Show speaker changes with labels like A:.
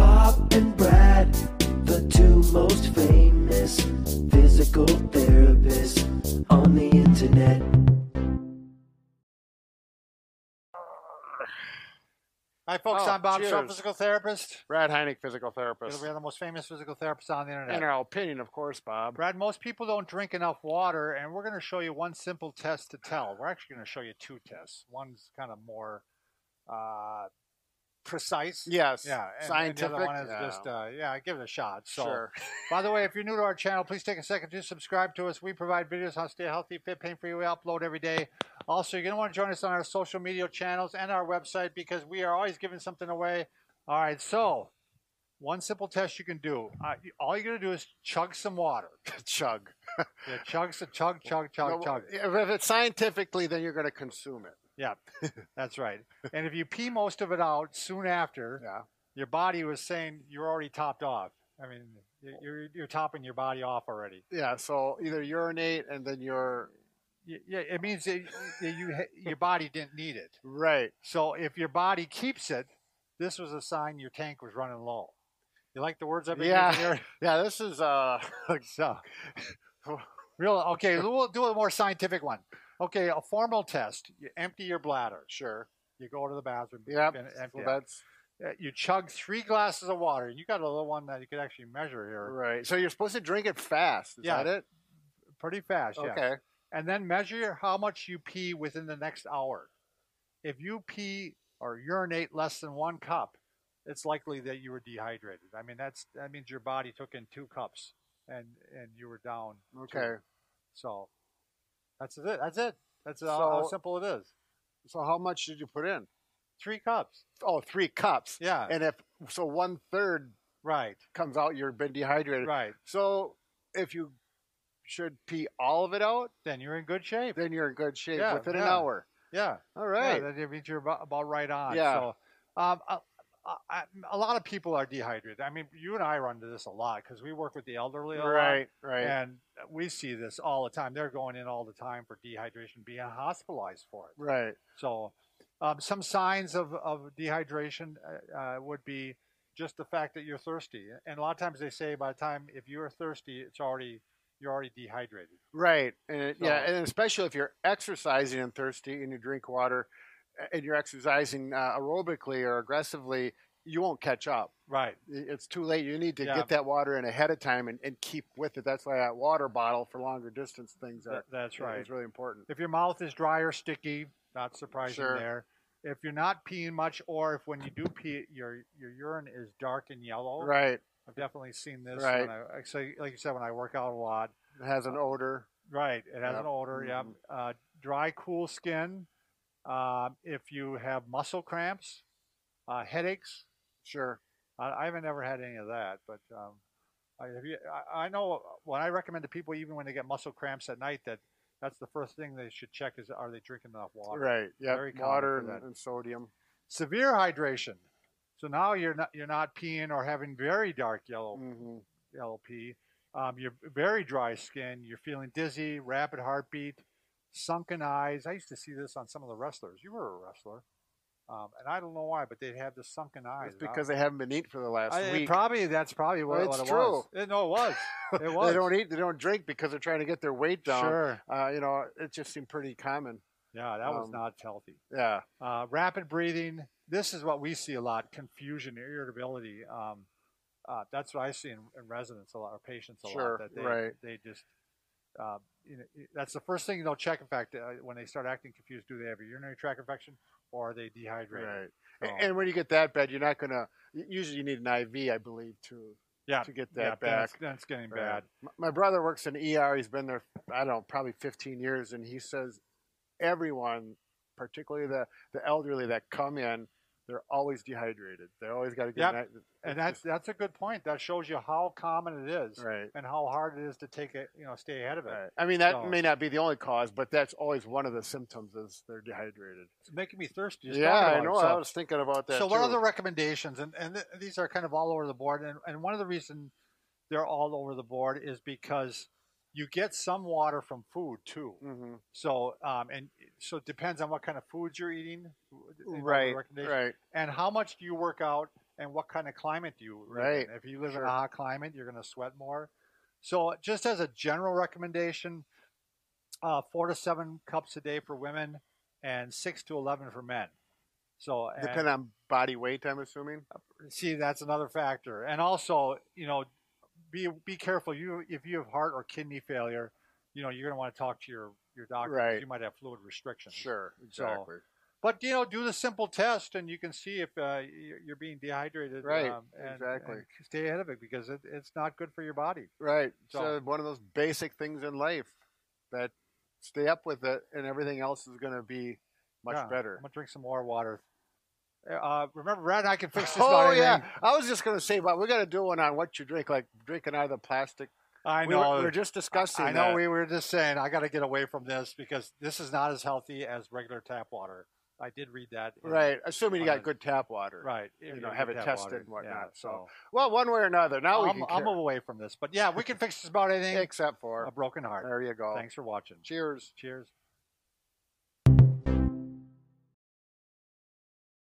A: Bob and Brad, the two most famous physical therapists on the internet.
B: Hi, folks.
C: Oh,
B: I'm Bob Shaw,
C: cheers.
B: physical therapist.
C: Brad Heineck, physical
B: We
C: therapist.
B: are the most famous physical therapists on the internet.
C: In our opinion, of course, Bob.
B: Brad, most people don't drink enough water, and we're going to show you one simple test to tell. We're actually going to show you two tests. One's kind of more uh, precise.
C: Yes.
B: Yeah, and- and
C: Scientific.
B: the other one is
C: Yeah.
B: just, uh, yeah, give it a shot. So,
C: sure.
B: by the way, if you're new to our channel, please take a second to subscribe to us. We provide videos on stay healthy, fit, pain free. We upload every day. Also, you're going to want to join us on our social media channels and our website because we are always giving something away. All right, so one simple test you can do. Uh, you- all you're going to do is chug some water.
C: Chug.
B: Yeah, chug, some- chug, uh, chug, chug,
C: No,
B: chug.
C: If it's scientifically, then you're going to consume it.
B: That's right. And if you pee most of it out soon after,
C: Yeah.
B: your body was saying you're already topped off. I mean, you- you're, you're topping your body off already.
C: Yeah. So either urinate and then you're
B: Y- Yeah, it means that that you ha- your body didn't need it.
C: right.
B: So if your body keeps it, this was a sign your tank was running low. You like the words I've been
C: Yeah.
B: using here?
C: Yeah. This is uh.
B: so, real okay. We'll do a more scientific one. Okay, a formal test. You empty your bladder.
C: Sure.
B: You go to the bathroom.
C: Yep.
B: and empty
C: So
B: it.
C: that's
B: Uh, You chug three glasses of water. You got a little one that you could actually measure here
C: right. So you're supposed to drink it fast. Is
B: Yeah.
C: that it?
B: pretty fast. yeah.
C: Okay.
B: and then measure how much you pee within the next hour. If you pee or urinate less than one cup, it's likely that you were dehydrated. I mean, that's that means your body took in two cups and and you were down. two.
C: Okay.
B: So that's it. That's it. That's how, how
C: So-
B: simple it is.
C: So how much did you put in?
B: Three cups.
C: Oh, three cups.
B: Yeah.
C: And if so, one third
B: Right.
C: comes out, you've been dehydrated.
B: Right.
C: So if you should pee all of it out,
B: Then you're in good shape.
C: then you're in good shape
B: Yeah,
C: within an
B: yeah.
C: hour.
B: Yeah.
C: All
B: Yeah,
C: right.
B: that means you're about, about right on.
C: Yeah.
B: So, um, I, I, a lot of people are dehydrated. I mean, you and I run into this a lot because we work with the elderly a lot.
C: right, right.
B: And we see this all the time. They're going in all the time for dehydration, being hospitalized for it.
C: Right.
B: So, um, some signs of, of dehydration uh, uh, would be just the fact that you're thirsty. And a lot of times they say by the time if you're thirsty, it's already you're already dehydrated.
C: Right. And it- yeah,
B: So-
C: and especially if you're exercising and thirsty and you drink water a- and you're exercising uh, aerobically or aggressively, you won't catch up.
B: Right.
C: I- It's too late. You need to
B: Yeah.
C: get that water in ahead of time and, and keep with it. That's why that water bottle for longer distance things are
B: that's right.
C: is really important.
B: If your mouth is dry or sticky, not surprising
C: Sure.
B: there. If you're not peeing much, or if when you do pee, your your urine is dark and yellow.
C: Right.
B: I've definitely seen this.
C: Right.
B: When I, actually, like you said, when I work out a lot.
C: It has
B: uh,
C: an odor.
B: Right. It has
C: Yep.
B: an odor. Yep.
C: Mhm.
B: Uh, dry, cool skin. Um, if you have muscle cramps, uh, headaches.
C: Sure.
B: I, I haven't ever had any of that, but um, I, have you, I, I know what I recommend to people, even when they get muscle cramps at night, that that's the first thing they should check is are they drinking enough water?
C: Right. Yeah.
B: Very common
C: Water
B: for
C: and,
B: that.
C: and sodium.
B: severe hydration. So now you're not you're not peeing or having very dark yellow
C: hmm
B: yellow pee. Um, you're very dry skin. You're feeling dizzy, rapid heartbeat, sunken eyes. I used to see this on some of the wrestlers. You were a wrestler, um, and I don't know why, but they'd have the sunken eyes.
C: It's because they haven't been eating for the last
B: I, it
C: week.
B: probably that's probably what,
C: Well,
B: what
C: it's
B: it was. It- no, it was. It was.
C: They don't eat. They don't drink because they're trying to get their weight down.
B: Sure.
C: Uh, you know, it just seemed pretty common.
B: Yeah, that was
C: Um,
B: not healthy.
C: Yeah.
B: Uh, rapid breathing. This is what we see a lot: confusion, irritability. Um, uh, that's what I see in, in residents a lot, or patients a
C: Sure,
B: lot. That they,
C: right.
B: they just, uh, you know, that's the first thing they'll check. In fact, uh, when they start acting confused, do they have a urinary tract infection or are they dehydrated?
C: A-
B: So-
C: And when you get that bad, you're not gonna. y- Usually, you need an IV, I believe, to
B: Yeah,
C: to get
B: yeah,
C: that
B: then it's-
C: back.
B: then it's getting
C: Right.
B: bad.
C: M- My brother works in ER. He's been there, I don't know, probably 15 years, and he says everyone, particularly the the elderly that come in, they're always dehydrated. They always got to get.
B: Yep.
C: an I-
B: And that's that's a good point. That shows you how common it is
C: right.
B: and how hard it is to take it, you know, stay ahead of it.
C: Right. I mean, that
B: So-
C: may not be the only cause, but that's always one of the symptoms is they're dehydrated.
B: It's making me thirsty. just
C: yeah,
B: talking about
C: I
B: it.
C: know.
B: So-
C: I was thinking about that.
B: So what
C: too.
B: are the recommendations? And, and th- these are kind of all over the board. And, and one of the reason they're all over the board is because you get some water from food too.
C: Mhm.
B: So um, and so it depends on what kind of foods you're eating. in all the
C: Right,
B: recommendations.
C: right,
B: And how much do you work out? and what kind of climate do you live
C: Right.
B: in. If you live in
C: Sure.
B: a hot climate, you're going to sweat more. So, just as a general recommendation, uh, four to seven cups a day for women and six to 11 for men. So, and-
C: Depend on body weight, I'm assuming.
B: see that's another factor and also you know be be careful you if you have heart or kidney failure you know you're going to want to talk to your your doctor 'cause
C: Right.
B: you might have fluid restrictions
C: Sure,
B: So,
C: exactly.
B: but you know do the simple test and you can see if uh, you're- you're being dehydrated
C: Right,
B: um, and,
C: exactly.
B: and stay ahead of it because it, it's not good for your body
C: right.
B: so-
C: So, one of those basic things in life that stay up with it, and everything else is going to be much
B: Yeah,
C: better.
B: i'm going to drink some more water uh, remember brad and i can fix this about
C: Oh
B: anything.
C: yeah, I was just going to say, but we got to do one on what you drink, like drinking out of the plastic.
B: i
C: we
B: know
C: were, we were just discussing.
B: I know
C: that.
B: we were just saying I got to get away from this because this is not as healthy as regular tap water. I did read that. in-
C: right, assuming you
B: on
C: got
B: the-
C: good tap water.
B: right.
C: You
B: in
C: know,
B: the
C: have it
B: tap
C: tested
B: water.
C: and whatnot,
B: Yeah,
C: so Well, one way or another. Now we
B: I'm,
C: can
B: I'm
C: care,
B: away from this, but yeah, we can fix this about anything
C: except
B: a
C: for
B: broken heart.
C: there you go.
B: Thanks for watching.
C: Cheers.
B: Cheers.